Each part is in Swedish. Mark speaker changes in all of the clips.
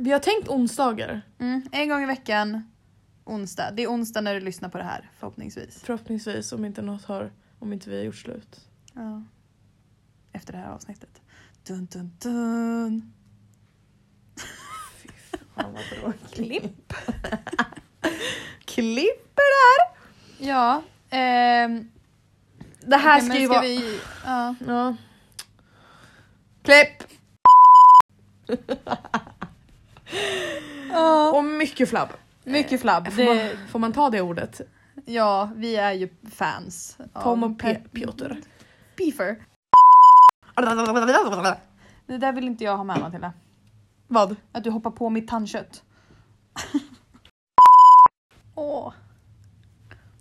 Speaker 1: Vi har tänkt onsdagar
Speaker 2: Mm, en gång i veckan, onsdag. Det är onsdag när du lyssnar på det här förhoppningsvis.
Speaker 1: förhoppningsvis om inte något har, om inte vi har gjort slut.
Speaker 2: Ja. Efter det här avsnittet. Dun, dun, dun.
Speaker 1: Fan vad
Speaker 2: Klipp. Klipper där! Ja. ehm,
Speaker 1: Det här
Speaker 2: okej, men
Speaker 1: ska ju vara...
Speaker 2: Vi, ja.
Speaker 1: Ja. Klipp!
Speaker 2: Ja.
Speaker 1: Och mycket flabb.
Speaker 2: Mycket flabb.
Speaker 1: Får,
Speaker 2: Det,
Speaker 1: man, får man ta det ordet?
Speaker 2: ja, vi är ju fans. av
Speaker 1: Tom och Pe-
Speaker 2: Pe-
Speaker 1: Piotr.
Speaker 2: Beefer. Det där vill inte jag ha med Matilda.
Speaker 1: Vad?
Speaker 2: Att du hoppar på mitt tandkött. Åh.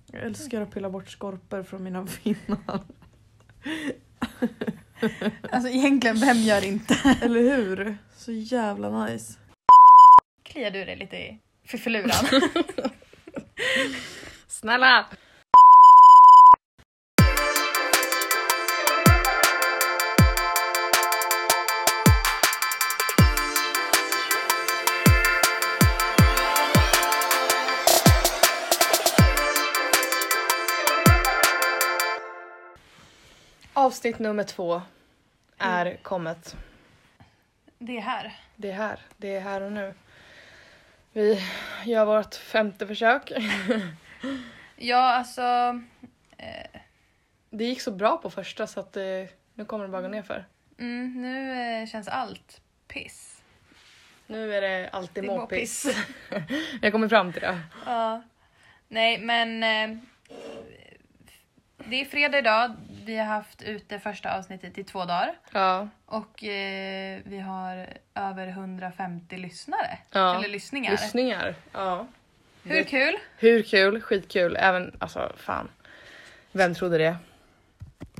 Speaker 1: Jag älskar att pilla bort skorpor från mina finnar.
Speaker 2: Alltså egentligen, vem gör inte?
Speaker 1: Eller hur? Så jävla nice.
Speaker 2: Kliar du dig lite i fiffiluran?
Speaker 3: Snälla! Avsnitt nummer två är kommet.
Speaker 2: Mm. det är här.
Speaker 3: Det är här. Det är här och nu. Vi gör vårt femte försök.
Speaker 2: Ja, alltså... Eh,
Speaker 3: Det gick så bra på första så att eh, nu kommer det bara gå nerför.
Speaker 2: mm, nu eh, känns allt piss.
Speaker 3: Nu är det alltid
Speaker 2: Det är
Speaker 3: måpiss. Jag kommer fram till det.
Speaker 2: Ja. Nej, men... Eh, det är fredag idag. Vi har haft ute första avsnittet i två dagar.
Speaker 3: Ja.
Speaker 2: Och eh, vi har över 150 lyssnare.
Speaker 3: ja.
Speaker 2: Eller lyssningar.
Speaker 3: Lyssningar. Ja.
Speaker 2: Hur kul?
Speaker 3: Hur kul? Skitkul. Även, alltså fan. Vem trodde det?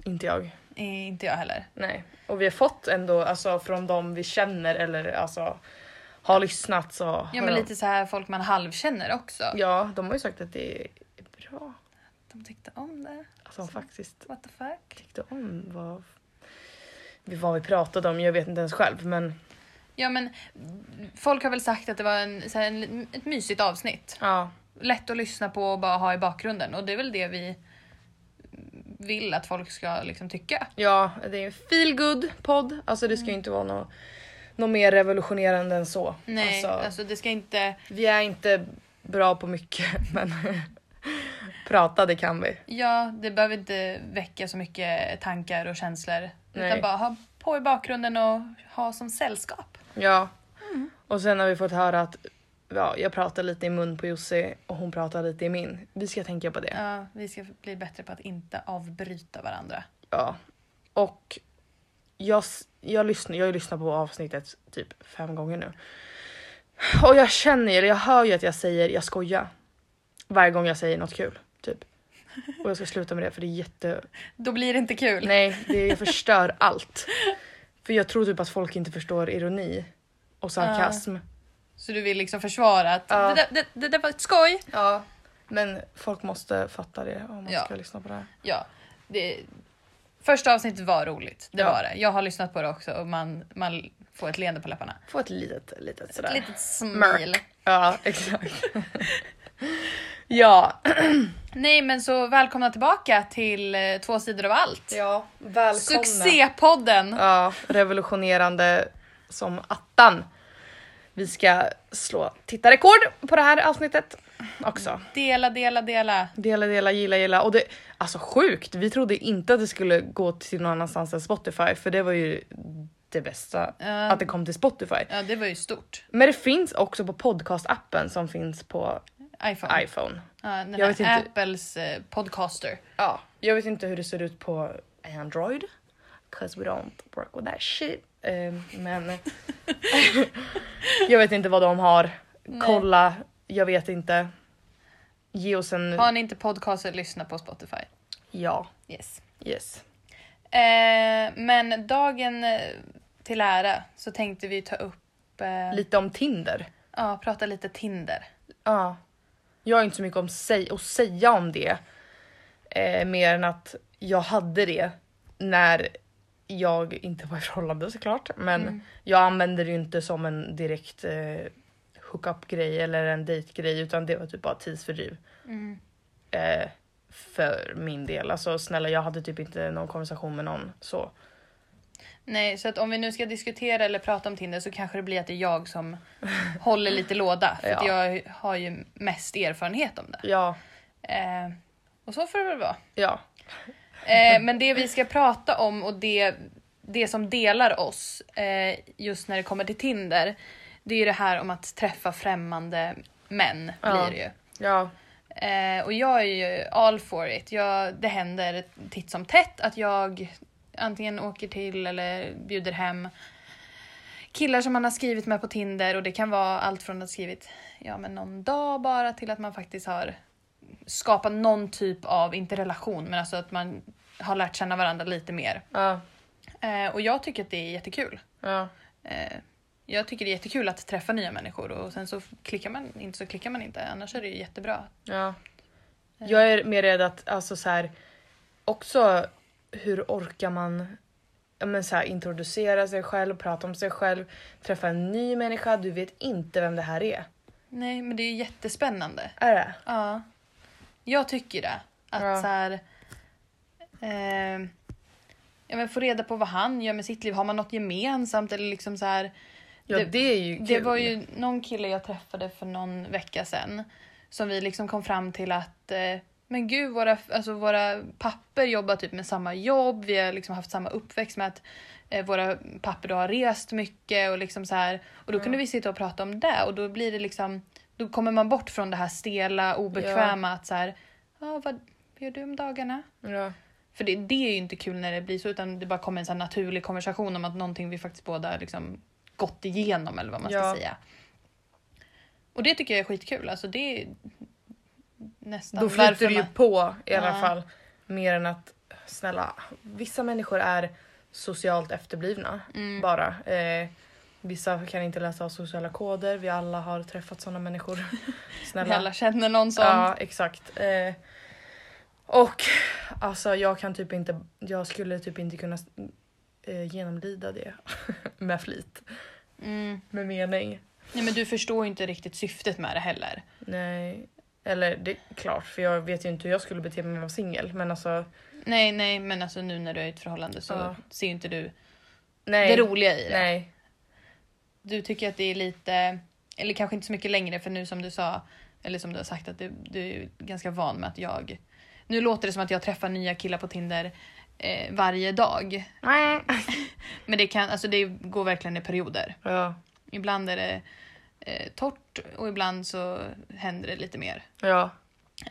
Speaker 3: Inte jag.
Speaker 2: Eh, inte jag heller.
Speaker 3: Nej. Och vi har fått ändå, alltså från de vi känner eller alltså har lyssnat så.
Speaker 2: Ja,
Speaker 3: har
Speaker 2: men
Speaker 3: de-
Speaker 2: lite så här folk man halvkänner också.
Speaker 3: Ja, de har ju sagt att det är bra.
Speaker 2: De tyckte om det.
Speaker 3: Alltså de faktiskt
Speaker 2: What the fuck?
Speaker 3: tyckte om vad, vad vi pratade om. Jag vet inte ens själv men
Speaker 2: Ja, men folk har väl sagt att det var en, så här, en, ett mysigt avsnitt.
Speaker 3: ja.
Speaker 2: Lätt att lyssna på och bara ha i bakgrunden. Och det är väl det vi vill att folk ska liksom tycka.
Speaker 3: Ja, det är en feel good podd Alltså det ska ju
Speaker 1: Mm.
Speaker 3: inte vara något, något mer revolutionerande än så.
Speaker 2: Nej, alltså,
Speaker 3: Alltså,
Speaker 2: det ska inte...
Speaker 3: Vi är inte bra på mycket men prata det kan vi.
Speaker 2: Ja, det behöver inte väcka så mycket tankar och känslor. Utan
Speaker 3: Nej.
Speaker 2: bara ha på i bakgrunden och ha som sällskap.
Speaker 3: Ja. Och sen har vi fått höra att ja, jag pratar lite i mun på Jussi och hon pratar lite i min. Vi ska tänka på det.
Speaker 2: Ja, vi ska bli bättre på att inte avbryta varandra.
Speaker 3: Ja. Och jag, s- jag, lyssnar, jag har ju lyssnat på avsnittet typ fem gånger nu. Och jag känner ju, eller jag hör ju att jag säger jag skojar. Varje gång jag säger något kul. Typ. Och jag ska sluta med det för det är jätte...
Speaker 2: Då blir det inte kul.
Speaker 3: Nej, det jag förstör allt. För jag tror typ att folk inte förstår ironi och sarkasm.
Speaker 2: Så du vill liksom försvara att det,
Speaker 3: Ja.
Speaker 2: där, det, det där var ett skoj.
Speaker 3: Ja. Men folk måste fatta det om man
Speaker 2: Ja.
Speaker 3: ska lyssna på det här.
Speaker 2: Ja, det, första avsnittet var roligt. Det
Speaker 3: Ja.
Speaker 2: var det. Jag har lyssnat på det också och man, man får ett leende på läpparna.
Speaker 3: Få ett litet, litet sådär.
Speaker 2: Ett litet smil.
Speaker 3: Mörk. Ja, exakt. ja.
Speaker 2: Nej men så välkomna tillbaka till eh, Två sidor av allt.
Speaker 3: ja, välkomna.
Speaker 2: Succépodden!
Speaker 3: Ja, revolutionerande som attan. Vi ska slå tittarrekord på det här avsnittet också.
Speaker 2: Dela, dela, dela.
Speaker 3: Dela, dela, gilla, gilla. Och det, alltså sjukt, vi trodde inte att det skulle gå till någon annanstans än Spotify för det var ju det bästa,
Speaker 2: Ja.
Speaker 3: att det kom till Spotify.
Speaker 2: Ja det var ju stort.
Speaker 3: Men det finns också på podcastappen som finns på
Speaker 2: iPhone.
Speaker 3: iPhone.
Speaker 2: Ja, den
Speaker 3: Jag vet
Speaker 2: där
Speaker 3: inte.
Speaker 2: Apples eh, podcaster.
Speaker 3: Ja, jag vet inte hur det ser ut på Android. 'Cause we don't work with that shit. Eh, men jag vet inte vad de har. Kolla, jag vet inte. Ge oss en...
Speaker 2: Har ni inte podcaster, lyssna på Spotify.
Speaker 3: Ja.
Speaker 2: Yes.
Speaker 3: Yes.
Speaker 2: Eh, men dagen eh, till ära så tänkte vi ta upp, eh,
Speaker 3: Lite om Tinder.
Speaker 2: ja, prata lite Tinder.
Speaker 3: Ja. Jag har inte så mycket om sig att säga om det. Eh, mer än att jag hade det när jag inte var i förhållande såklart. Men
Speaker 2: Mm.
Speaker 3: jag använde det ju inte som en direkt eh, hookup-grej eller en dejtgrej utan det var typ bara tidsfördriv.
Speaker 2: Mm.
Speaker 3: Eh, för min del. Alltså snälla jag hade typ inte någon konversation med någon så.
Speaker 2: Nej, så att om vi nu ska diskutera eller prata om Tinder så kanske det blir att det är jag som håller lite låda. För att
Speaker 3: Ja.
Speaker 2: jag har ju mest erfarenhet om det.
Speaker 3: Ja,
Speaker 2: Eh, och så får det väl vara.
Speaker 3: ja,
Speaker 2: Eh, men det vi ska prata om och det, det som delar oss eh, just när det kommer till Tinder. Det är ju det här om att träffa främmande män.
Speaker 3: Ja.
Speaker 2: Blir det ju.
Speaker 3: ja,
Speaker 2: Eh, och jag är ju all for it. Jag, det händer titt som tätt att jag antingen åker till eller bjuder hem killar som man har skrivit med på Tinder och det kan vara allt från att skrivit ja, men någon dag bara till att man faktiskt har skapat någon typ av, inte relation, men alltså att man har lärt känna varandra lite mer.
Speaker 3: ja,
Speaker 2: Eh, och jag tycker att det är jättekul.
Speaker 3: ja,
Speaker 2: Eh, jag tycker det är jättekul att träffa nya människor och sen så klickar man inte så klickar man inte. Annars är det ju jättebra.
Speaker 3: ja. Jag är mer rädd att alltså så här också hur orkar man ja, men så här, introducera sig själv, prata om sig själv, träffa en ny människa, du vet inte vem det här är.
Speaker 2: Nej, men det är jättespännande.
Speaker 3: Är det?
Speaker 2: Ja. Jag tycker det. Att
Speaker 3: Ja.
Speaker 2: så här, eh, ja, men få reda på vad han gör med sitt liv. Har man något gemensamt? Eller liksom så här,
Speaker 3: Ja det,
Speaker 2: Det-
Speaker 3: är ju kul.
Speaker 2: det var ju någon kille jag träffade för någon vecka sedan som vi liksom kom fram till att eh, men gud, våra, alltså våra papper jobbar typ med samma jobb, vi har liksom haft samma uppväxt med att eh, våra papper då har rest mycket och liksom så här. Och då kunde vi sitta och prata om det och då blir det liksom, då kommer man bort från det här stela, obekväma att så här, ah, vad gör du om dagarna?
Speaker 3: Ja.
Speaker 2: För det, det är ju inte kul när det blir så utan det bara kommer en sån här naturlig konversation om att någonting vi faktiskt båda liksom gått igenom eller vad man
Speaker 3: Ja.
Speaker 2: ska säga. Och det tycker jag är skitkul. Alltså det är nästan
Speaker 3: Då flyter
Speaker 2: varför
Speaker 3: det ju
Speaker 2: man-
Speaker 3: på i alla
Speaker 2: Ja.
Speaker 3: fall. Mer än att snälla, vissa människor är socialt efterblivna
Speaker 2: Mm.
Speaker 3: bara. Eh, vissa kan inte läsa av sociala koder, vi alla har träffat sådana människor.
Speaker 2: Vi alla känner någon som...
Speaker 3: Ja, exakt. Eh, och alltså jag kan typ inte, jag skulle typ inte kunna eh, genomlida det med flit,
Speaker 2: Mm.
Speaker 3: med mening.
Speaker 2: Nej men du förstår ju inte riktigt syftet med det heller.
Speaker 3: Nej, eller det är klart för jag vet ju inte hur jag skulle bete mig om jag var singel men alltså
Speaker 2: Nej nej men alltså nu när du är i ett förhållande så
Speaker 3: Ja.
Speaker 2: ser ju inte du
Speaker 3: nej.
Speaker 2: det roliga i det.
Speaker 3: Nej.
Speaker 2: Du tycker att det är lite, eller kanske inte så mycket längre för nu som du sa, eller som du har sagt att du, du är ju ganska van med att jag, nu låter det som att jag träffar nya killar på Tinder eh, varje dag. Men det, kan, alltså det går verkligen i perioder.
Speaker 3: Ja,
Speaker 2: Ibland är det eh, torrt och ibland så händer det lite mer.
Speaker 3: ja,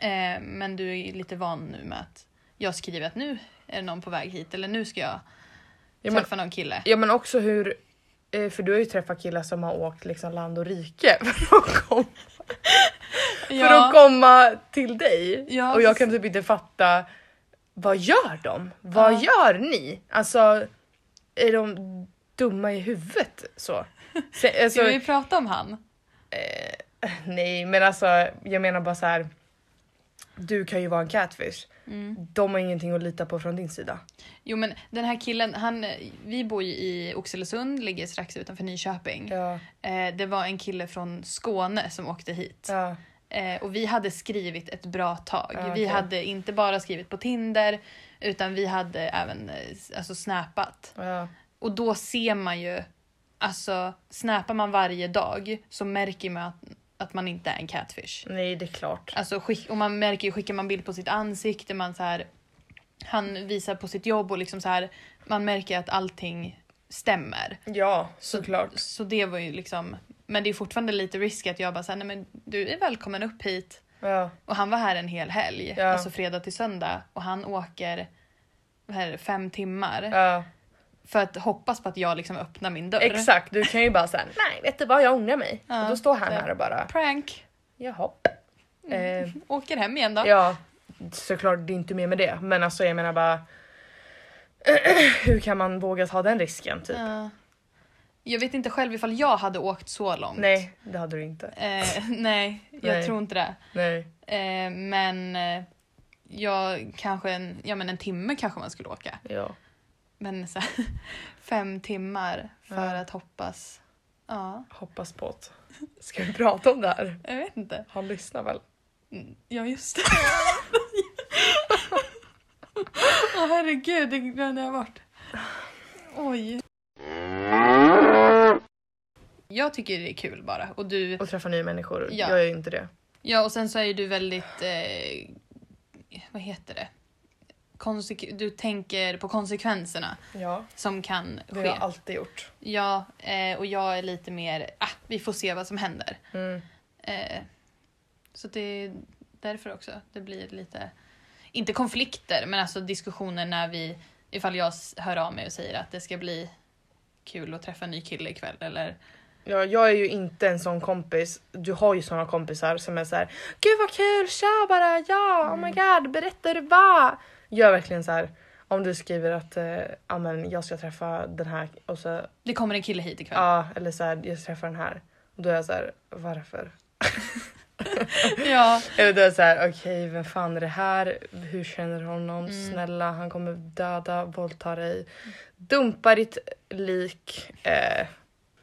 Speaker 2: Eh, men du är lite van nu med att jag skriver att nu är någon på väg hit eller nu ska jag
Speaker 3: Ja, men-
Speaker 2: träffa någon kille.
Speaker 3: ja men också hur eh, för du har ju träffat killar som har åkt liksom land och rike för att komma, för att komma till dig.
Speaker 2: Ja,
Speaker 3: och jag
Speaker 2: precis.
Speaker 3: kan typ inte fatta, vad gör de? Vad
Speaker 2: Ja.
Speaker 3: gör ni? Alltså, är de dumma i huvudet så? Se, alltså,
Speaker 2: Ska vi prata om han?
Speaker 3: Nej men alltså jag menar bara så här. du kan ju vara en catfish.
Speaker 2: Mm.
Speaker 3: De har ingenting att lita på från din sida.
Speaker 2: Jo men den här killen, han, vi bor ju i Oxelösund, ligger strax utanför Nyköping.
Speaker 3: Ja,
Speaker 2: Eh, det var en kille från Skåne som åkte hit.
Speaker 3: ja,
Speaker 2: Eh, och vi hade skrivit ett bra tag.
Speaker 3: Ja, okej.
Speaker 2: Vi hade inte bara skrivit på Tinder utan vi hade även eh, alltså, snappat.
Speaker 3: ja.
Speaker 2: Och då ser man ju, alltså snappar man varje dag så märker man att, att man inte är en catfish.
Speaker 3: Nej det är klart.
Speaker 2: Alltså, skick, och man märker ju, skickar man bild på sitt ansikte, man så här, han visar på sitt jobb och liksom så här, man märker att allting stämmer.
Speaker 3: Ja, såklart.
Speaker 2: Så det var ju liksom, men det är fortfarande lite risk att jag bara säger nej men du är välkommen upp hit.
Speaker 3: Ja,
Speaker 2: Och han var här en hel helg,
Speaker 3: Ja.
Speaker 2: alltså fredag till söndag och han åker vad är det, fem timmar
Speaker 3: ja.
Speaker 2: för att hoppas på att jag liksom öppnar min dörr.
Speaker 3: Exakt, du kan ju bara säga nej vet du vad jag ångrar mig.
Speaker 2: Ja,
Speaker 3: och då står han
Speaker 2: det-
Speaker 3: här och bara
Speaker 2: Prank, Mm.
Speaker 3: jaha. Eh,
Speaker 2: åker hem igen då.
Speaker 3: ja, såklart det är inte mer med det men alltså jag menar bara hur kan man våga ta den risken typ?
Speaker 2: Ja. Jag vet inte själv ifall jag hade åkt så långt.
Speaker 3: Nej, det hade du inte.
Speaker 2: Eh, nej, jag
Speaker 3: Nej.
Speaker 2: tror inte det.
Speaker 3: Nej.
Speaker 2: Eh, men eh, jag, kanske en, ja, men en timme kanske man skulle åka.
Speaker 3: Ja.
Speaker 2: Men så här, fem timmar för
Speaker 3: Ja.
Speaker 2: att hoppas. Ja,
Speaker 3: Hoppas på att... Ska vi prata om det här?
Speaker 2: jag vet inte.
Speaker 3: Han lyssnar väl?
Speaker 2: Mm, Ja, just det. Åh herregud, det glömde jag bort. Oj. Jag tycker det är kul bara. Och, du,
Speaker 3: Och träffa nya människor.
Speaker 2: Ja.
Speaker 3: Jag gör ju inte det.
Speaker 2: ja, och sen så är ju du väldigt... Eh, vad heter det? Konsek- du tänker på konsekvenserna
Speaker 3: Ja,
Speaker 2: som kan
Speaker 3: det har jag
Speaker 2: ske.
Speaker 3: alltid gjort.
Speaker 2: Ja, eh, och jag är lite mer... Ah, vi får se vad som händer.
Speaker 3: Mm.
Speaker 2: Eh, så det är därför också. Det blir lite, inte konflikter, men alltså diskussioner när vi, ifall jag s- hör av mig och säger att det ska bli kul att träffa en ny kille ikväll eller
Speaker 3: Ja, jag är ju inte en sån kompis. Du har ju såna kompisar som är så här. Gud vad kul, kör bara, ja, oh my god, berätta hur det var. Gör verkligen så här. Om du skriver att eh, ja, men jag ska träffa den här och så
Speaker 2: det kommer en kille hit ikväll.
Speaker 3: ja, eller så här, jag ska träffa den här. Och då är jag så här, varför?
Speaker 2: Ja,
Speaker 3: Eller då är jag så här, okej, vem fan är det här? Hur känner du honom?
Speaker 2: Mm.
Speaker 3: Snälla, han kommer döda, våldta dig, dumpa ditt lik. Eh,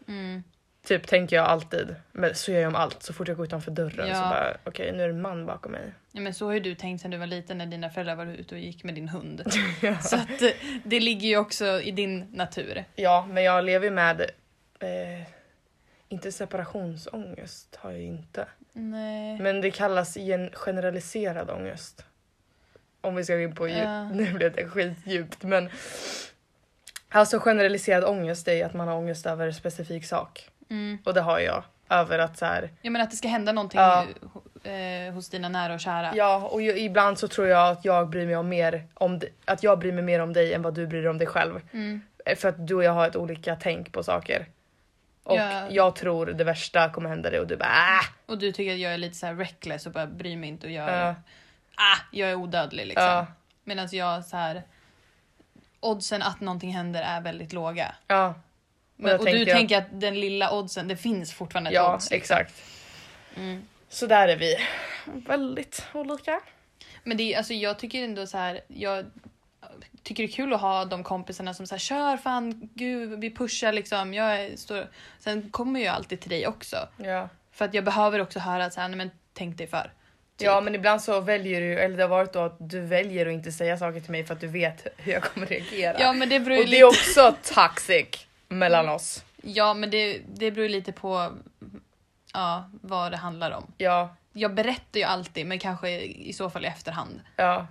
Speaker 2: mm,
Speaker 3: Typ tänker jag alltid. Men så gör jag om allt. Så fort jag går utanför dörren
Speaker 2: Ja.
Speaker 3: så bara okej nu är det en man bakom mig.
Speaker 2: ja, men så har ju du tänkt sedan du var liten när dina föräldrar var ute och gick med din hund. Så att eh, det ligger ju också i din natur.
Speaker 3: Ja men jag lever ju med eh, inte separationsångest har jag ju inte.
Speaker 2: Nej.
Speaker 3: Men det kallas gen- generaliserad ångest. Om vi ska gå in på djup.
Speaker 2: Ja.
Speaker 3: Nu blev det skitdjupt men. Alltså generaliserad ångest är ju att man har ångest över en specifik sak.
Speaker 2: Mm.
Speaker 3: Och det har jag. Över att så här,
Speaker 2: Jag menar att det ska hända någonting
Speaker 3: Ja.
Speaker 2: ho- eh, hos dina nära och kära.
Speaker 3: Ja, och ju, ibland så tror jag att jag bryr mig om mer om d- att jag bryr mig mer om dig än vad du bryr dig om dig själv.
Speaker 2: Mm.
Speaker 3: Eh, För att du och jag har ett olika tänk på saker. Och
Speaker 2: Ja.
Speaker 3: jag tror det värsta kommer hända dig och du bara ah,
Speaker 2: Och du tycker att jag är lite så här reckless och bara bryr mig inte och gör
Speaker 3: Ja.
Speaker 2: ah, jag är odödlig liksom.
Speaker 3: ja,
Speaker 2: Medan jag så här oddsen att någonting händer är väldigt låga.
Speaker 3: ja,
Speaker 2: Men,
Speaker 3: då
Speaker 2: och
Speaker 3: tänker
Speaker 2: du
Speaker 3: jag-
Speaker 2: tänker att den lilla oddsen, det finns fortfarande ett
Speaker 3: ja
Speaker 2: odds. liksom.
Speaker 3: exakt.
Speaker 2: Mm.
Speaker 3: Så där är vi väldigt olika.
Speaker 2: Men det är, alltså, jag tycker ändå så här, jag tycker det är kul att ha de kompisarna som så här, kör fan, gud vi pushar liksom. Jag är, står... Sen kommer jag alltid till dig också.
Speaker 3: Ja.
Speaker 2: För att jag behöver också höra att så här, nej, men tänk dig för. Typ.
Speaker 3: ja, men ibland så väljer du, eller det har varit då att du väljer att inte säga saker till mig för att du vet hur jag kommer reagera.
Speaker 2: Ja men det beror ju
Speaker 3: och det är också toxic mellan oss.
Speaker 2: Ja, men det, det beror ju lite på ja, vad det handlar om.
Speaker 3: Ja,
Speaker 2: Jag berättar ju alltid, men kanske i så fall i efterhand.
Speaker 3: ja,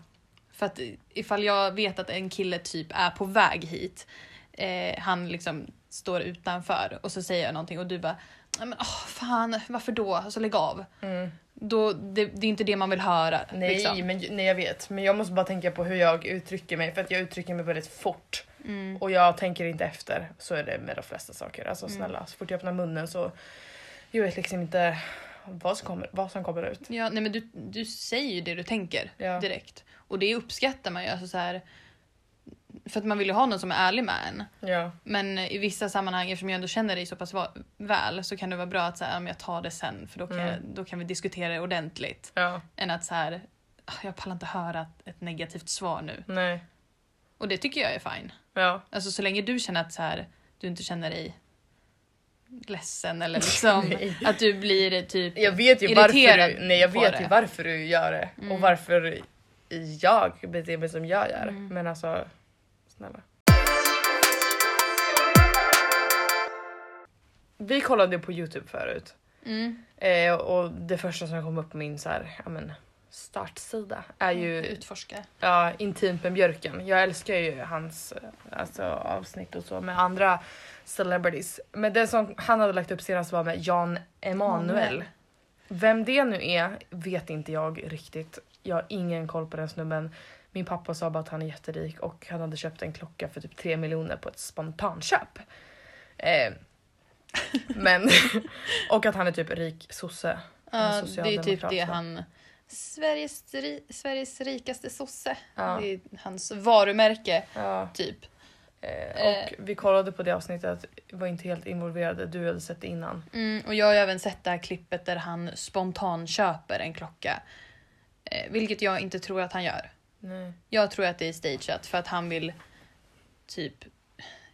Speaker 2: För att ifall jag vet att en kille typ är på väg hit, eh, han liksom står utanför och så säger jag någonting och du bara "Ja, men åh fan, varför då? Alltså lägg av.
Speaker 3: mm.
Speaker 2: Då, det, det är inte det man vill höra.
Speaker 3: Nej,
Speaker 2: liksom.
Speaker 3: men, nej jag vet. Men jag måste bara tänka på hur jag uttrycker mig för att jag uttrycker mig väldigt fort.
Speaker 2: Mm.
Speaker 3: Och jag tänker inte efter. Så är det med de flesta saker. Alltså snälla, så fort jag öppnar munnen så... Jag vet liksom inte vad som kommer, vad som kommer ut.
Speaker 2: Ja, nej, men du, du säger ju det du tänker
Speaker 3: Ja.
Speaker 2: direkt. Och det uppskattar man ju. Alltså, så här, för att man vill ju ha någon som är ärlig med en.
Speaker 3: Ja.
Speaker 2: Men i vissa sammanhang, eftersom jag ändå känner dig så pass va- väl, så kan det vara bra att så här, "Ja, men jag tar det sen för då kan,
Speaker 3: Mm.
Speaker 2: jag, då kan vi diskutera det ordentligt.
Speaker 3: Ja.
Speaker 2: Än att så här, "Ah, jag pallar inte höra ett- ett negativt svar nu.
Speaker 3: Nej.
Speaker 2: Och det tycker jag är fine.
Speaker 3: Ja.
Speaker 2: Alltså så länge du känner att så här, du inte känner dig ledsen eller liksom
Speaker 3: Nej.
Speaker 2: att du blir typ...
Speaker 3: Jag vet ju
Speaker 2: Irriterad
Speaker 3: varför du, nej, jag
Speaker 2: på
Speaker 3: vet
Speaker 2: det. Mm.
Speaker 3: ju varför du gör det. Och varför jag beter mig som jag gör.
Speaker 2: Mm.
Speaker 3: Men alltså, snälla. Vi kollade på Youtube förut.
Speaker 2: Mm,
Speaker 3: Eh, och det första som kom upp på min så här, ja, men, startsida är
Speaker 2: mm,
Speaker 3: ju
Speaker 2: Utforska.
Speaker 3: ja, Intimt med Björken. Jag älskar ju hans eh, alltså, avsnitt och så med andra celebrities. Men den som han hade lagt upp senast var med Jan Emanuel.
Speaker 2: Emanuel.
Speaker 3: Vem det nu är vet inte jag riktigt. Jag har ingen koll på den snubben. Min pappa sa bara att han är jätterik och han hade köpt en klocka för typ 3 miljoner på ett spontanköp. Eh, men, och att han är typ rik sosse. Han är
Speaker 2: Ja, det är typ
Speaker 3: socialdemokrat,
Speaker 2: det
Speaker 3: va?
Speaker 2: han... Sveriges, ri- Sveriges rikaste sosse.
Speaker 3: Ja.
Speaker 2: Det är hans varumärke,
Speaker 3: Ja.
Speaker 2: typ.
Speaker 3: Eh, och vi kollade på det avsnittet, var inte helt involverade, du hade sett det innan.
Speaker 2: Mm, och jag har ju även sett det här klippet där han spontan köper en klocka. Eh, vilket jag inte tror att han gör.
Speaker 3: Nej.
Speaker 2: Jag tror att det är stageat för att han vill typ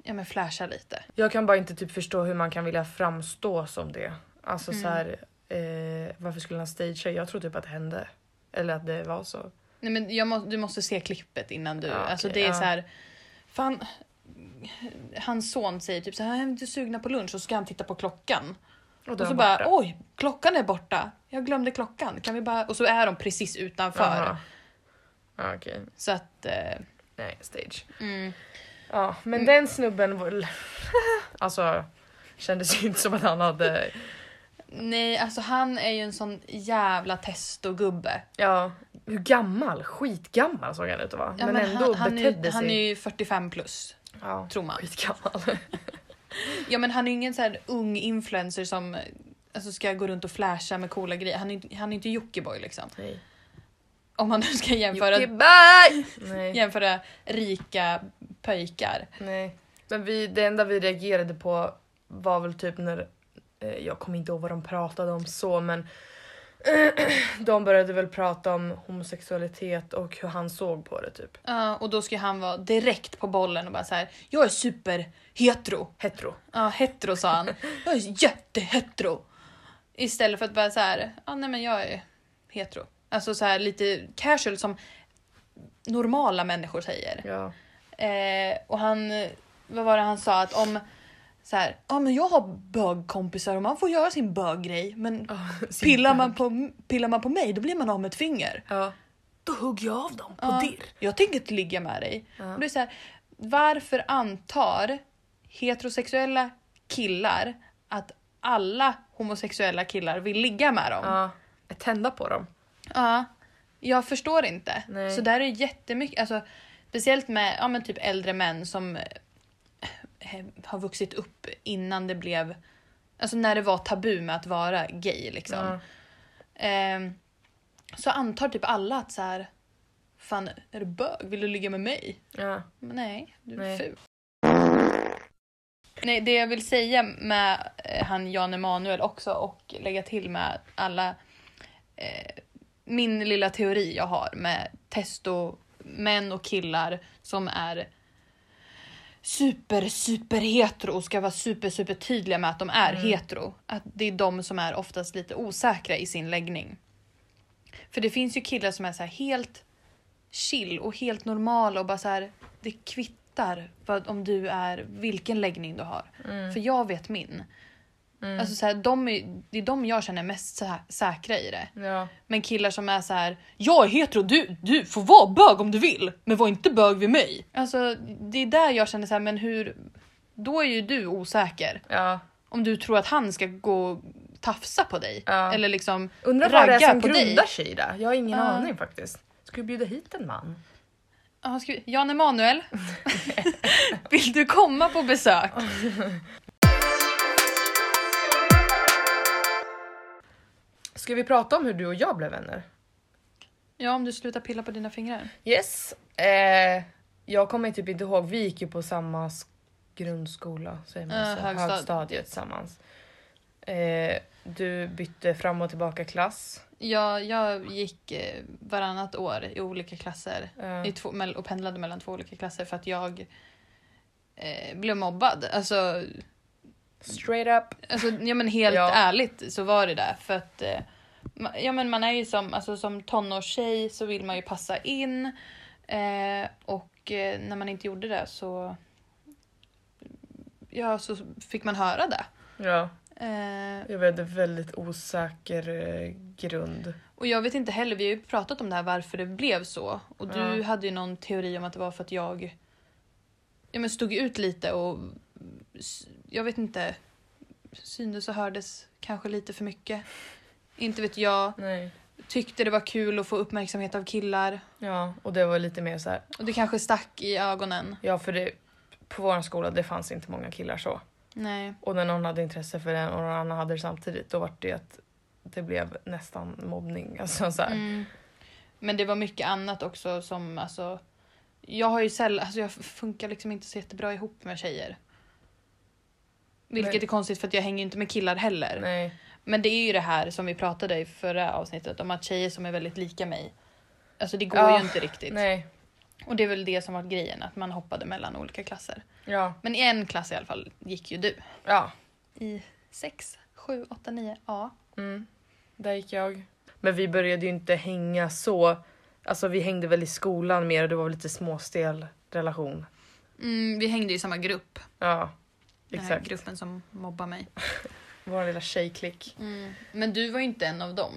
Speaker 2: ja, men flasha lite.
Speaker 3: Jag kan bara inte typ förstå hur man kan vilja framstå som det. Alltså
Speaker 2: Mm.
Speaker 3: så här, eh, varför skulle han stagea? Jag tror typ att det hände. Eller att det var så.
Speaker 2: Nej, men jag må, du måste se klippet innan du...
Speaker 3: Ja, okej,
Speaker 2: alltså det är
Speaker 3: ja.
Speaker 2: så här... Fan, hans son säger typ så här, jag är inte sugen på lunch och så ska han titta på klockan.
Speaker 3: då
Speaker 2: Och så
Speaker 3: är han
Speaker 2: bara,
Speaker 3: borta.
Speaker 2: oj, klockan är borta. Jag glömde klockan. Kan vi bara... Och så är de precis utanför.
Speaker 3: Jaha. Ja, Okej,
Speaker 2: Så att... Eh,
Speaker 3: nej stage.
Speaker 2: mm.
Speaker 3: Ja, men den snubben var... alltså kändes ju inte som att han hade...
Speaker 2: Nej, alltså han är ju en sån jävla testogubbe.
Speaker 3: Ja, hur gammal? Skitgammal såg han ut att vara.
Speaker 2: Ja,
Speaker 3: men, ändå
Speaker 2: han, han,
Speaker 3: betedde
Speaker 2: är,
Speaker 3: sig...
Speaker 2: han är ju 45 plus,
Speaker 3: Ja,
Speaker 2: tror man.
Speaker 3: skitgammal.
Speaker 2: Ja, men han är ju ingen så här ung influencer som eh, alltså, ska gå runt och flasha med coola grejer. Han är, inte- han är inte Jockiboi liksom.
Speaker 3: nej.
Speaker 2: Om man nu ska jämföra,
Speaker 3: Jockeberg! Nej.
Speaker 2: jämföra rika pöjkar.
Speaker 3: Nej. Men vi, det enda vi reagerade på var väl typ när, eh, jag kommer inte ihåg vad de pratade om så men de började väl prata om homosexualitet och hur han såg på det typ.
Speaker 2: Ja, och då ska han vara direkt på bollen och bara så här. Jag är superhetero.
Speaker 3: Hetero.
Speaker 2: Ja, hetero sa han. Jag är jättehetero. Istället för att bara så här. Ja, nej men jag är hetero. Alltså så här lite casual som normala människor säger.
Speaker 3: Ja.
Speaker 2: Eh, och han, vad var det han sa att om så här, ja men jag har bögkompisar och man får göra sin böggrej men pillar man, på, pillar man på mig då blir man av med ett finger.
Speaker 3: Ja. Då hugger jag av dem på
Speaker 2: Ja, jag tänker inte ligga med dig.
Speaker 3: Ja.
Speaker 2: Och det är så här, varför antar heterosexuella killar att alla homosexuella killar vill ligga med dem?
Speaker 3: Ja. Tända på dem.
Speaker 2: Ja, jag förstår inte.
Speaker 3: Nej.
Speaker 2: Så där är jättemycket, alltså, speciellt med ja, men typ äldre män som eh, har vuxit upp innan det blev, alltså när det var tabu med att vara gay liksom.
Speaker 3: Ja.
Speaker 2: Ehm, så antar typ alla att så här, fan är du bög? Vill du ligga med mig?
Speaker 3: Ja.
Speaker 2: Men nej, du är
Speaker 3: Nej.
Speaker 2: ful. Nej, det jag vill säga med eh, han Jan Emanuel också och lägga till med alla eh, min lilla teori jag har med testo män och killar som är super super hetero och ska vara super super tydliga med att de är hetero. Att det är de som är oftast lite osäkra i sin läggning. För det finns ju killar som är så här helt chill och helt normala och bara så här det kvittar vad, om du är vilken läggning du har.
Speaker 3: Mm.
Speaker 2: För jag vet min. Alltså så här, de är, det är de jag känner mest sä- säkra i det.
Speaker 3: Ja.
Speaker 2: Men killar som är så här. Jag är hetero, du, du får vara bög om du vill, men var inte bög vid mig. Alltså det är där jag känner så här, men hur? Då är ju du osäker.
Speaker 3: ja.
Speaker 2: Om du tror att han ska gå och tafsa på dig.
Speaker 3: Ja.
Speaker 2: Eller liksom
Speaker 3: Undrar vad det är
Speaker 2: ragga
Speaker 3: som
Speaker 2: på dig.
Speaker 3: grundar sig i det. Jag har ingen
Speaker 2: Ja.
Speaker 3: aning faktiskt. Ska vi bjuda hit en man?
Speaker 2: Ja, han skriver, Jan Emanuel, vill du komma på besök?
Speaker 3: Ska vi prata om hur du och jag blev vänner?
Speaker 2: Ja, om du slutar pilla på dina fingrar.
Speaker 3: Yes. Eh, jag kommer typ inte ihåg, vi gick ju på samma sk- grundskola, säger man
Speaker 2: Ja,
Speaker 3: så,
Speaker 2: högstad-
Speaker 3: högstadiet tillsammans. Eh, du bytte fram och tillbaka klass.
Speaker 2: Jag, jag gick eh, varannat år i olika klasser
Speaker 3: Eh,
Speaker 2: i två, mell- och pendlade mellan två olika klasser för att jag eh, blev mobbad. Alltså,
Speaker 3: straight up.
Speaker 2: alltså ja, men helt
Speaker 3: Ja.
Speaker 2: ärligt så var det där. För att, eh, ma- ja, men man är ju som, alltså, som tonårstjej så vill man ju passa in eh, och eh, när man inte gjorde det så, ja, så fick man höra det.
Speaker 3: Ja,
Speaker 2: Eh,
Speaker 3: jag hade väldigt osäker eh, grund.
Speaker 2: Och jag vet inte heller, vi har ju pratat om det här varför det blev så. Och du
Speaker 3: Ja.
Speaker 2: hade ju någon teori om att det var för att jag ja, men stod ut lite och s- jag vet inte, syndes och hördes kanske lite för mycket. Inte vet jag.
Speaker 3: Nej.
Speaker 2: Tyckte det var kul att få uppmärksamhet av killar.
Speaker 3: Ja, och det var lite mer så här.
Speaker 2: Och det kanske stack i ögonen.
Speaker 3: ja för det, på vår skola det fanns inte många killar så.
Speaker 2: Nej.
Speaker 3: Och när någon hade intresse för den och någon annan hade det samtidigt då var det att det blev nästan mobbning. Alltså, så här.
Speaker 2: Mm. Men det var mycket annat också som alltså. Jag har ju sällan, alltså jag funkar liksom inte så jättebra ihop med tjejer. Vilket
Speaker 3: Nej.
Speaker 2: är konstigt för att jag hänger ju inte med killar heller.
Speaker 3: Nej.
Speaker 2: Men det är ju det här som vi pratade i förra avsnittet om att tjejer som är väldigt lika mig. Alltså det går
Speaker 3: Ja,
Speaker 2: ju inte riktigt.
Speaker 3: Nej.
Speaker 2: Och det är väl det som var grejen, att man hoppade mellan olika klasser.
Speaker 3: Ja.
Speaker 2: Men i en klass i alla fall gick ju du.
Speaker 3: ja.
Speaker 2: I 6, 7, 8, 9, A.
Speaker 3: Mm. Där gick jag. Men vi började ju inte hänga så. Alltså vi hängde väl i skolan mer och det var väl lite småstel relation.
Speaker 2: Mm, vi hängde i samma grupp.
Speaker 3: Ja,
Speaker 2: Den här
Speaker 3: exakt.
Speaker 2: gruppen som mobbar mig.
Speaker 3: Vår lilla tjejklick.
Speaker 2: Men du var ju inte en av dem.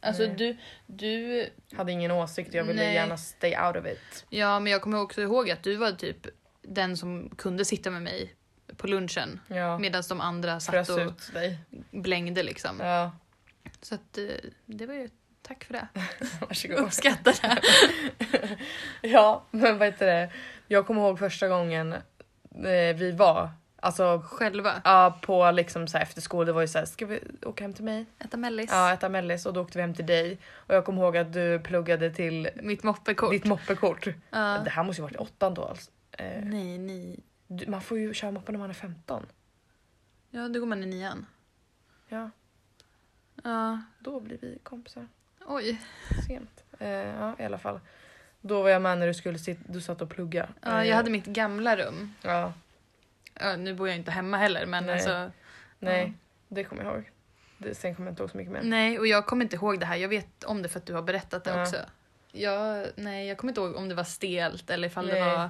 Speaker 2: Alltså
Speaker 3: Nej.
Speaker 2: du, du...
Speaker 3: Hade ingen åsikt, jag ville
Speaker 2: Nej.
Speaker 3: gärna stay out of it.
Speaker 2: Ja, men jag kommer också ihåg att du var typ den som kunde sitta med mig på lunchen.
Speaker 3: Ja,
Speaker 2: Medan de andra satt
Speaker 3: frös
Speaker 2: och Mm.
Speaker 3: ut dig.
Speaker 2: blängde liksom.
Speaker 3: Ja,
Speaker 2: Så att eh, det var ju... Tack för det.
Speaker 3: varsågod.
Speaker 2: Uppskattar det.
Speaker 3: Ja, men vad heter det? Jag kommer ihåg första gången eh, vi var, alltså
Speaker 2: Själva.
Speaker 3: ja, på liksom så här efter skolan, det var ju så här, ska vi åka hem till mig?
Speaker 2: Äta mellis.
Speaker 3: Ja, äta mellis och då åkte vi hem till dig. Och jag kommer ihåg att du pluggade till
Speaker 2: Mitt moppekort.
Speaker 3: ditt moppekort.
Speaker 2: Ja. Mm.
Speaker 3: Det här måste ju varit i åttan då alltså. Eh,
Speaker 2: Nej, nej.
Speaker 3: du, man får ju köra moppe när man är 15.
Speaker 2: Ja, då går man i nian.
Speaker 3: Ja,
Speaker 2: Ja.
Speaker 3: då blir vi kompisar.
Speaker 2: Oj.
Speaker 3: Sent. Eh, ja, i alla fall. Då var jag med när du skulle sitta, du satt och plugga.
Speaker 2: Ja,
Speaker 3: Eh,
Speaker 2: jag hade mitt gamla rum.
Speaker 3: Ja,
Speaker 2: Ja, nu bor jag inte hemma heller men
Speaker 3: Nej.
Speaker 2: alltså.
Speaker 3: nej,
Speaker 2: Ja.
Speaker 3: det kommer jag ihåg. Det, sen kommer jag inte ihåg så mycket mer.
Speaker 2: Nej, och jag kommer inte ihåg det här. Jag vet om det för att du har berättat det
Speaker 3: Ja.
Speaker 2: också. Jag, nej, jag kommer inte ihåg om det var stelt eller ifall det
Speaker 3: Nej.
Speaker 2: var...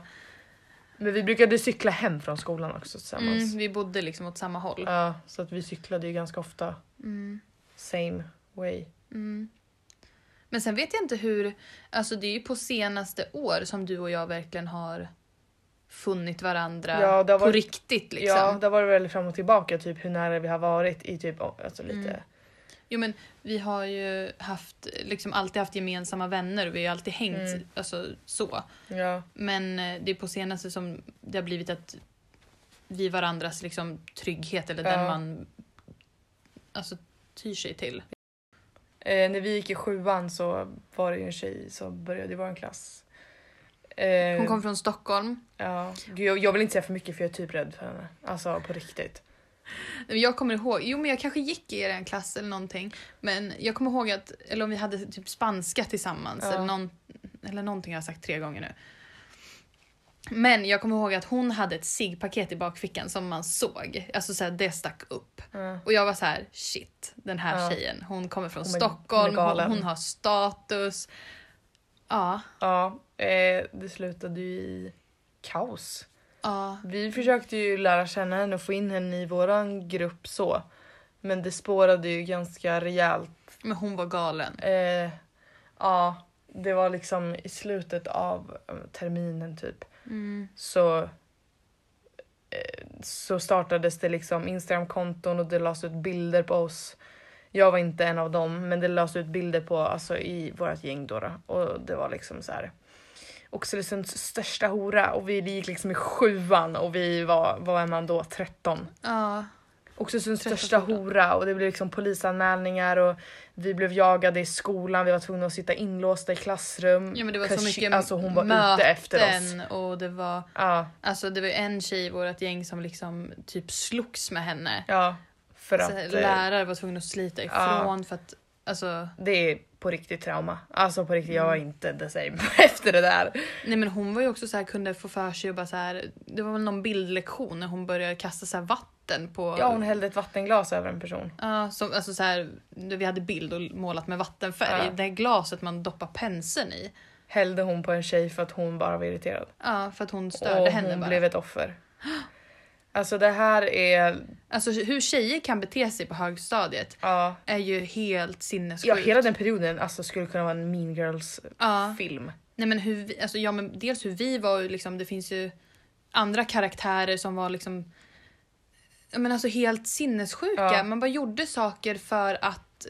Speaker 3: Men vi brukade cykla hem från skolan också tillsammans.
Speaker 2: Mm, vi bodde liksom åt samma håll.
Speaker 3: Ja, så att vi cyklade ju ganska ofta
Speaker 2: Mm,
Speaker 3: same way.
Speaker 2: mm. Men sen vet jag inte hur... Alltså det är ju på senaste år som du och jag verkligen har funnit varandra
Speaker 3: Ja, det har
Speaker 2: på
Speaker 3: varit-
Speaker 2: riktigt. Liksom.
Speaker 3: Ja, där var det väl fram och tillbaka typ hur nära vi har varit i typ alltså lite.
Speaker 2: Mm. Jo men vi har ju haft, liksom alltid haft gemensamma vänner och vi har alltid hängt
Speaker 3: Mm.
Speaker 2: alltså, så.
Speaker 3: Ja,
Speaker 2: Men eh, det är på senaste som det har blivit att vi är varandras liksom, trygghet eller den
Speaker 3: Ja.
Speaker 2: man alltså, tyr sig till.
Speaker 3: Eh, när vi gick i sjuan så var det ju en tjej som började i vår klass. Eh,
Speaker 2: Hon kom från Stockholm.
Speaker 3: ja. Gud, jag, jag vill inte säga för mycket för jag är typ rädd för henne. Alltså på riktigt.
Speaker 2: Men Jag kommer ihåg, jo men jag kanske gick i en klass eller någonting. Men jag kommer ihåg att, eller om vi hade typ spanska tillsammans
Speaker 3: Ja.
Speaker 2: eller, någon, eller någonting jag har sagt tre gånger nu. Men jag kommer ihåg att hon hade ett ciggpaket i bakfickan som man såg. Alltså så här, det stack upp.
Speaker 3: Ja.
Speaker 2: Och jag var så här: shit, den här
Speaker 3: Ja.
Speaker 2: tjejen, hon kommer från
Speaker 3: Hon är-
Speaker 2: Stockholm,
Speaker 3: hon är
Speaker 2: hon,
Speaker 3: galen.
Speaker 2: hon har status. Ja,
Speaker 3: Ja, eh, det slutade ju i kaos.
Speaker 2: ja.
Speaker 3: Vi försökte ju lära känna henne och få in henne i våran grupp så. Men det spårade ju ganska rejält.
Speaker 2: Men hon var galen.
Speaker 3: Eh, ja, det var liksom i slutet av eh, terminen typ.
Speaker 2: Mm.
Speaker 3: Så, eh, så startades det liksom Instagram-konton och det lades ut bilder på oss. Jag var inte en av dem, men det lades ut bilder på alltså, i vårt gäng då, då. Och det var liksom så här. Oxelösunds största hora och vi gick liksom i sjuan och vi var, vad är man då, 13?
Speaker 2: Ja.
Speaker 3: Oxelösunds
Speaker 2: 13,
Speaker 3: största
Speaker 2: 14.
Speaker 3: hora och det blev liksom polisanmälningar och vi blev jagade i skolan, vi var tvungna att sitta inlåsta i klassrum.
Speaker 2: ja, men det var så
Speaker 3: Cause-
Speaker 2: mycket
Speaker 3: alltså hon var ute efter oss.
Speaker 2: möten Och det var,
Speaker 3: Ja,
Speaker 2: alltså det var en tjej i vårt gäng som liksom typ slogs med henne.
Speaker 3: ja. För
Speaker 2: så här,
Speaker 3: att eh,
Speaker 2: lärare var tvungna att slita ifrån för att, alltså,
Speaker 3: det är på riktigt trauma. Alltså på riktigt, jag
Speaker 2: Mm.
Speaker 3: var inte the same efter det där.
Speaker 2: nej men hon var ju också så här kunde få för sig och bara så här, det var väl någon bildlektion när hon började kasta så här vatten på
Speaker 3: Ja, hon hällde ett vattenglas över en person.
Speaker 2: Ja, som, alltså så här, när vi hade bild och målat med vattenfärg.
Speaker 3: Ja.
Speaker 2: Det här glaset man doppar penseln i.
Speaker 3: Hällde hon på en tjej för att hon bara var irriterad.
Speaker 2: Ja, för att hon störde
Speaker 3: och
Speaker 2: henne
Speaker 3: hon
Speaker 2: bara.
Speaker 3: blev ett offer. Alltså det här är,
Speaker 2: Alltså hur tjejer kan bete sig på högstadiet
Speaker 3: ja.
Speaker 2: är ju helt sinnessjukt.
Speaker 3: Ja, hela den perioden alltså, skulle kunna vara en mean girls
Speaker 2: Ja.
Speaker 3: film.
Speaker 2: Nej, men hur vi, alltså, ja, men dels hur vi var, ju liksom, det finns ju andra karaktärer som var liksom ja, men alltså, helt sinnessjuka.
Speaker 3: Ja.
Speaker 2: Man bara gjorde saker för att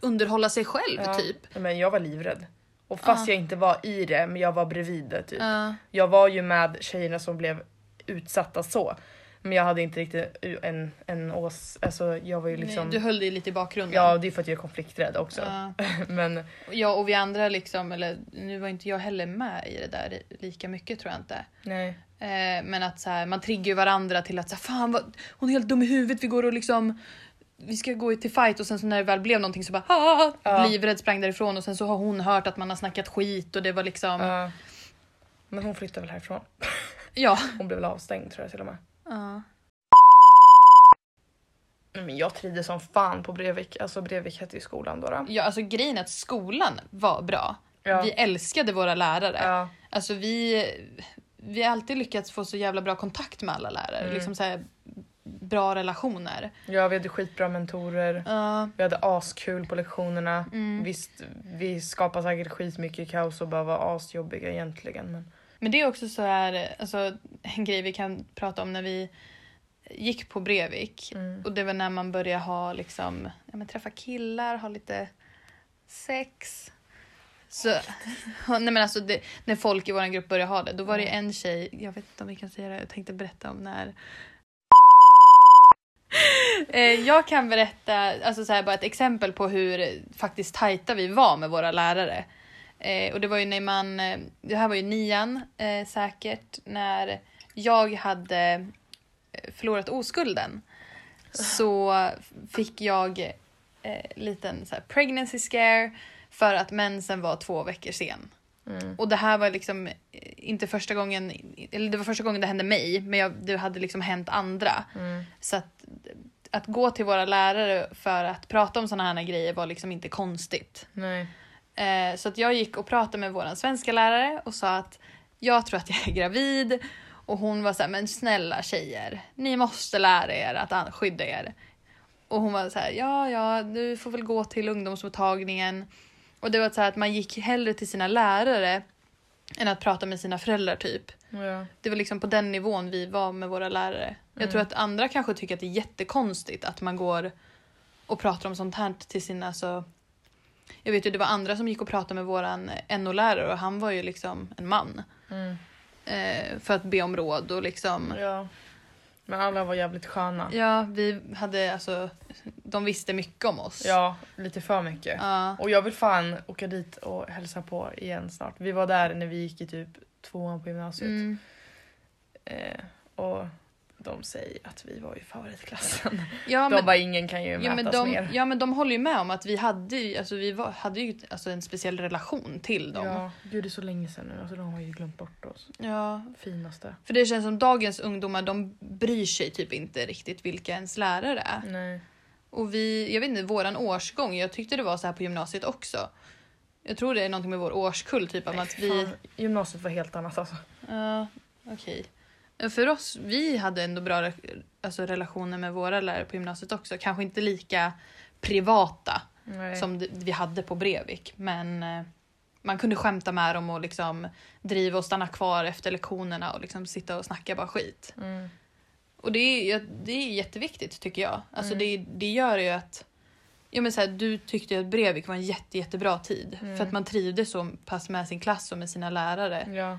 Speaker 2: underhålla sig själv
Speaker 3: Ja.
Speaker 2: typ.
Speaker 3: Men jag var livrädd. Och fast
Speaker 2: Ja.
Speaker 3: jag inte var i det, men jag var bredvid det typ.
Speaker 2: Ja.
Speaker 3: Jag var ju med tjejerna som blev utsatta så. Men jag hade inte riktigt en, en ås... Alltså jag var ju liksom...
Speaker 2: Nej, du höll dig lite i bakgrunden.
Speaker 3: Ja, det är för att jag är konflikträdd också.
Speaker 2: Ja.
Speaker 3: Men
Speaker 2: Ja, och vi andra liksom, eller nu var inte jag heller med i det där lika mycket tror jag inte.
Speaker 3: nej.
Speaker 2: Eh, men att så här, man triggar ju varandra till att så här, fan vad, hon är helt dum i huvudet, vi går och liksom vi ska gå till fight och sen så när det väl blev någonting så bara ah,
Speaker 3: Ja.
Speaker 2: livrädd sprang därifrån och sen så har hon hört att man har snackat skit och det var liksom
Speaker 3: Ja. Men hon flyttade väl härifrån.
Speaker 2: Ja.
Speaker 3: Hon blev väl avstängd tror jag till och med.
Speaker 2: Ja.
Speaker 3: Nej, men jag trivdes som fan på Brevik. Alltså Brevik hette ju skolan då. då.
Speaker 2: ja, alltså grejen är att skolan var bra.
Speaker 3: Ja.
Speaker 2: Vi älskade våra lärare.
Speaker 3: ja.
Speaker 2: Alltså vi, vi har alltid lyckats få så jävla bra kontakt med alla lärare.
Speaker 3: Mm.
Speaker 2: Liksom så här, bra relationer.
Speaker 3: ja, vi hade skitbra mentorer.
Speaker 2: Ja,
Speaker 3: Vi hade askul på lektionerna.
Speaker 2: mm.
Speaker 3: Visst, vi skapade säkert skitmycket kaos och bara var asjobbiga egentligen. Men...
Speaker 2: Men det är också så här, alltså, en grej vi kan prata om när vi gick på Brevik.
Speaker 3: Mm.
Speaker 2: Och det var när man började ha liksom, ja, men träffa killar, ha lite sex. Så, nej men alltså det, när folk i vår grupp började ha det, då var det ju en tjej, jag vet inte om vi kan säga det, jag tänkte berätta om när. Eh, Jag kan berätta, alltså så här, bara ett exempel på hur faktiskt tajta vi var med våra lärare. Eh, och det var ju när man, eh, det här var ju nian eh, säkert, när jag hade eh, förlorat oskulden så fick jag eh, liten så här pregnancy scare för att mensen var två veckor sen.
Speaker 3: Mm.
Speaker 2: Och det här var liksom eh, inte första gången, eller det var första gången det hände mig, men jag, det hade liksom hänt andra.
Speaker 3: Mm.
Speaker 2: Så att, att gå till våra lärare för att prata om sådana här grejer var liksom inte konstigt.
Speaker 3: Nej.
Speaker 2: Eh, så att jag gick och pratade med vår svenska lärare och sa att jag tror att jag är gravid. Och hon var så här, men snälla tjejer, ni måste lära er att an- skydda er. Och hon var så här, ja, ja, du får väl gå till ungdomsmottagningen. Och det var så här att man gick hellre till sina lärare än att prata med sina föräldrar typ.
Speaker 3: Ja.
Speaker 2: Det var liksom på den nivån vi var med våra lärare. Jag
Speaker 3: Mm.
Speaker 2: tror att andra kanske tycker att det är jättekonstigt att man går och pratar om sånt här till sina... Alltså, jag vet ju det var andra som gick och pratade med våran NO-lärare och han var ju liksom en man.
Speaker 3: Mm.
Speaker 2: Eh, för att be om råd och liksom...
Speaker 3: ja. Men alla var jävligt sköna.
Speaker 2: Ja, vi hade alltså... De visste mycket om oss.
Speaker 3: Ja, lite för mycket.
Speaker 2: Ja.
Speaker 3: Och jag vill fan åka dit och hälsa på igen snart. Vi var där när vi gick i typ tvåan på gymnasiet.
Speaker 2: Mm.
Speaker 3: Eh, och de säger att vi var i favoritklassen.
Speaker 2: Ja,
Speaker 3: de
Speaker 2: men,
Speaker 3: bara ingen kan ju
Speaker 2: ja,
Speaker 3: mätas
Speaker 2: men de,
Speaker 3: mer.
Speaker 2: ja, men de håller ju med om att vi hade ju, alltså, vi var, hade ju alltså, en speciell relation till dem.
Speaker 3: Ja, gud det är så länge sedan nu. Alltså, de har ju glömt bort oss.
Speaker 2: ja
Speaker 3: Finaste.
Speaker 2: För det känns som dagens ungdomar de bryr sig typ inte riktigt vilka ens lärare är.
Speaker 3: Nej.
Speaker 2: Och vi, jag vet inte, våran årsgång, jag tyckte det var så här på gymnasiet också. Jag tror det är någonting med vår årskull typ om att vi...
Speaker 3: Fan, gymnasiet var helt annat alltså.
Speaker 2: Ja, okej. Men För oss, vi hade ändå bra re- alltså, relationer med våra lärare på gymnasiet också. Kanske inte lika privata
Speaker 3: Nej.
Speaker 2: som det- vi hade på Brevik. Men eh, man kunde skämta med dem och liksom driva och stanna kvar efter lektionerna och liksom sitta och snacka bara skit.
Speaker 3: Mm.
Speaker 2: Och det är, ju- det är jätteviktigt tycker jag. Alltså
Speaker 3: Mm.
Speaker 2: det, det gör ju att ja, men så här, du tyckte ju att Brevik var en jätte, jättebra tid.
Speaker 3: Mm.
Speaker 2: För att man trivdes så pass med sin klass och med sina lärare.
Speaker 3: Ja.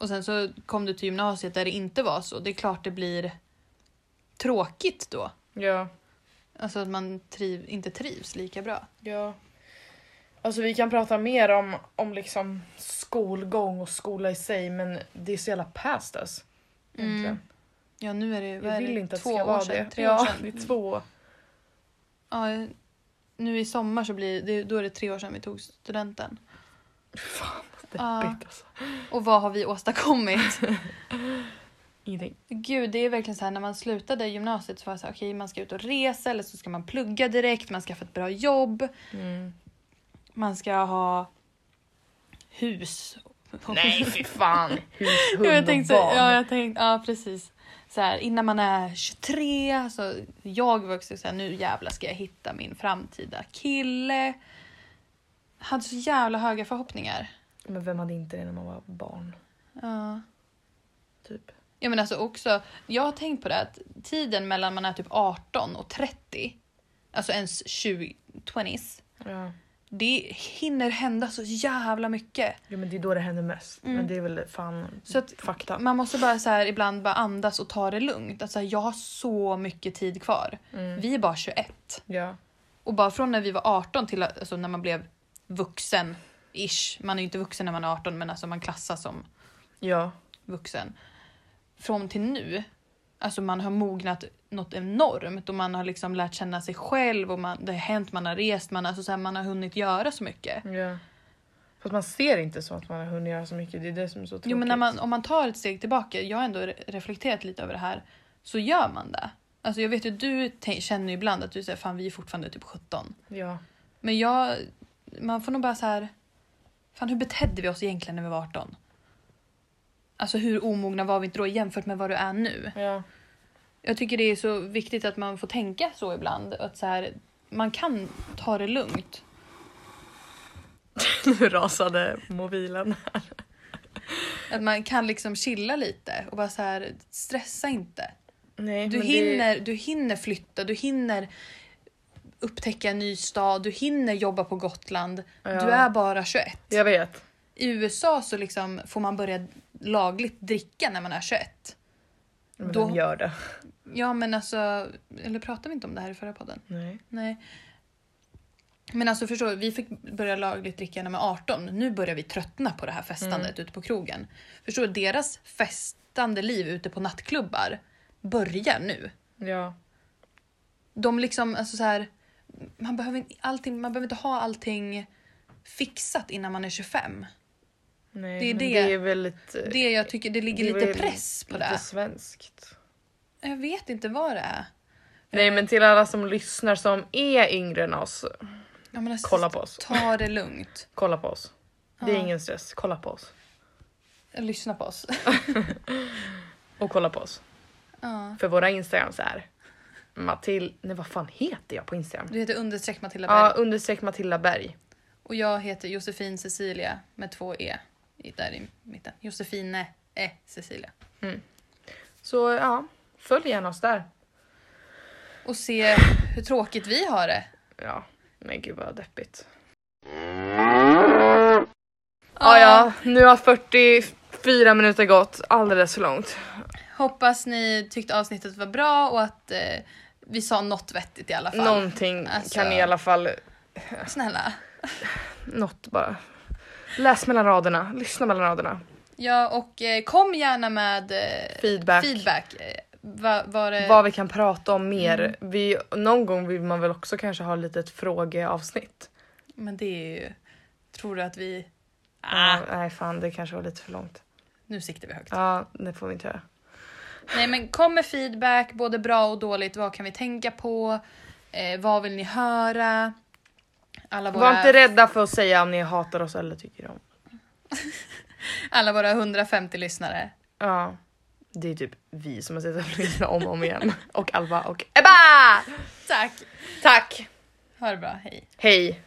Speaker 2: Och sen så kom du till gymnasiet där det inte var så. Det är klart det blir tråkigt då.
Speaker 3: Ja.
Speaker 2: Alltså att man triv, inte trivs lika bra.
Speaker 3: Ja. Alltså vi kan prata mer om, om liksom skolgång och skola i sig men det är så jävla past us.
Speaker 2: Mm.
Speaker 3: egentligen.
Speaker 2: Ja nu är det ju vad
Speaker 3: Jag
Speaker 2: är
Speaker 3: vill
Speaker 2: det,
Speaker 3: inte att det
Speaker 2: två
Speaker 3: ska
Speaker 2: år
Speaker 3: vara
Speaker 2: sedan,
Speaker 3: det.
Speaker 2: Tre
Speaker 3: ja,
Speaker 2: år
Speaker 3: det är
Speaker 2: sedan.
Speaker 3: två.
Speaker 2: Ja, nu i sommar så blir det, då är det tre år sedan vi tog studenten.
Speaker 3: Fan vad
Speaker 2: Ja.
Speaker 3: deppigt alltså.
Speaker 2: Och vad har vi åstadkommit?
Speaker 3: Ingenting.
Speaker 2: Gud, det är verkligen så här när man slutade gymnasiet så var det så här, okej, man ska ut och resa eller så ska man plugga direkt, man ska få ett bra jobb,
Speaker 3: Mm.
Speaker 2: man ska ha hus.
Speaker 3: Nej fy fan. Hus, hund
Speaker 2: jag tänkte,
Speaker 3: och
Speaker 2: så-
Speaker 3: barn.
Speaker 2: ja, jag tänkte, ja precis. Så här, innan man är 23, så jag var också så här, nu jävlar ska jag hitta min framtida kille. Hade så jävla höga förhoppningar.
Speaker 3: Men vem hade inte det när man var barn?
Speaker 2: Ja.
Speaker 3: Typ.
Speaker 2: Ja, men alltså också, jag har tänkt på det att tiden mellan man är typ 18 och 30, alltså ens 20, 20s,
Speaker 3: Ja.
Speaker 2: det hinner hända så jävla mycket.
Speaker 3: ja men det är då det händer mest.
Speaker 2: Mm.
Speaker 3: Men det är väl fan
Speaker 2: Så att
Speaker 3: fakta.
Speaker 2: man måste bara så här, ibland bara andas och ta det lugnt. Alltså, jag har så mycket tid kvar.
Speaker 3: Mm.
Speaker 2: Vi är bara 21.
Speaker 3: Ja.
Speaker 2: Och bara från när vi var 18 till alltså, när man blev vuxen, ish. Man är ju inte vuxen när man är 18 men alltså, man klassas som
Speaker 3: Ja.
Speaker 2: vuxen. Från till nu, alltså man har mognat något enormt och man har liksom lärt känna
Speaker 3: Mm,
Speaker 2: sig själv och man, det har hänt, man har rest, man, alltså så här, man har hunnit göra så mycket.
Speaker 3: Ja. Fast man ser inte som att man har hunnit göra så mycket. Det är det som är så tråkigt.
Speaker 2: Jo, men när man, om man tar ett steg tillbaka, jag har ändå re- reflekterat lite över det här, så gör man det. Alltså jag vet ju, du te- känner ju ibland att du säger fan vi är fortfarande typ 17.
Speaker 3: Ja.
Speaker 2: Men jag, man får nog bara så här, fan hur betedde vi oss egentligen när vi var 18? Alltså hur omogna var vi inte då jämfört med vad du är nu?
Speaker 3: ja.
Speaker 2: Jag tycker det är så viktigt att man får tänka så ibland, att så här, man kan ta det lugnt.
Speaker 3: nu rasade mobilen.
Speaker 2: Att man kan liksom chilla lite och bara så här, stressa inte.
Speaker 3: Nej,
Speaker 2: Du
Speaker 3: men
Speaker 2: hinner, du hinner flytta, du hinner upptäcka en ny stad, du hinner jobba på Gotland.
Speaker 3: Ja.
Speaker 2: Du är bara 21.
Speaker 3: Det, jag vet.
Speaker 2: I USA så liksom får man börja lagligt dricka när man är 21.
Speaker 3: Men
Speaker 2: Då-
Speaker 3: Då... gör det.
Speaker 2: Ja men alltså, eller pratade vi inte om det här i förra podden?
Speaker 3: Nej.
Speaker 2: Nej. Men alltså förstår du, vi fick börja lagligt dricka när man var 18. Nu börjar vi tröttna på det här
Speaker 3: Mm.
Speaker 2: festandet ute på krogen. Förstår du, deras festande liv ute på nattklubbar börjar nu.
Speaker 3: Ja.
Speaker 2: de liksom, alltså så här, man, behöver, inte- allting, man behöver inte ha allting fixat innan man är 25.
Speaker 3: Nej,
Speaker 2: Det är
Speaker 3: men
Speaker 2: det.
Speaker 3: det är väldigt... eh,
Speaker 2: Det jag tycker, det ligger
Speaker 3: Det var
Speaker 2: lite
Speaker 3: ju
Speaker 2: press på
Speaker 3: lite
Speaker 2: det.
Speaker 3: svenskt.
Speaker 2: Jag vet inte vad det är.
Speaker 3: Nej men till alla som lyssnar som är yngre än oss,
Speaker 2: Jag menar,
Speaker 3: kolla på oss.
Speaker 2: alltså, Ta det lugnt.
Speaker 3: Kolla på oss. Det är
Speaker 2: Ja.
Speaker 3: ingen stress, kolla på oss.
Speaker 2: Lyssna på oss.
Speaker 3: Och kolla på oss.
Speaker 2: Ja.
Speaker 3: För våra instagrams är Matilda, nej vad fan heter jag på instagram?
Speaker 2: Du heter understreck Matilda
Speaker 3: Ja,
Speaker 2: Berg
Speaker 3: understreck Matilda Berg.
Speaker 2: och jag heter Josefin Cecilia med två e i- där i mitten. Josefine E Cecilia.
Speaker 3: Så ja, följ gärna oss där.
Speaker 2: Och se hur tråkigt vi har det.
Speaker 3: Ja, men gud vad deppigt.
Speaker 2: Ja.
Speaker 3: Ja, ja, nu har 44 minuter gått alldeles för långt.
Speaker 2: Hoppas ni tyckte avsnittet var bra och att eh, vi sa något vettigt i alla fall.
Speaker 3: Någonting
Speaker 2: Alltså-
Speaker 3: kan i alla fall,
Speaker 2: Snälla.
Speaker 3: något bara. Läs mellan raderna, lyssna mellan raderna.
Speaker 2: Ja, och eh, kom gärna med eh,
Speaker 3: Feedback.
Speaker 2: feedback. Eh, va- var det...
Speaker 3: Vad vi kan prata om mer. Vi, någon gång vill man väl också kanske ha lite ett frågeavsnitt.
Speaker 2: Men det är ju... Tror du att vi... Ah.
Speaker 3: Ja, nej fan det kanske var lite för långt.
Speaker 2: Nu siktar vi högt.
Speaker 3: Ja det får vi inte göra.
Speaker 2: Nej, men kom med feedback, både bra och dåligt. Vad kan vi tänka på? Eh, vad vill ni höra? Alla
Speaker 3: Var inte
Speaker 2: våra,
Speaker 3: rädda för att säga om ni hatar oss eller tycker om.
Speaker 2: alla våra 150 lyssnare.
Speaker 3: Ja. Det är typ vi som har sett att lyssna om och om igen. Och Alva och Ebba!
Speaker 2: Tack!
Speaker 3: Tack!
Speaker 2: Ha det bra, hej.
Speaker 3: Hej!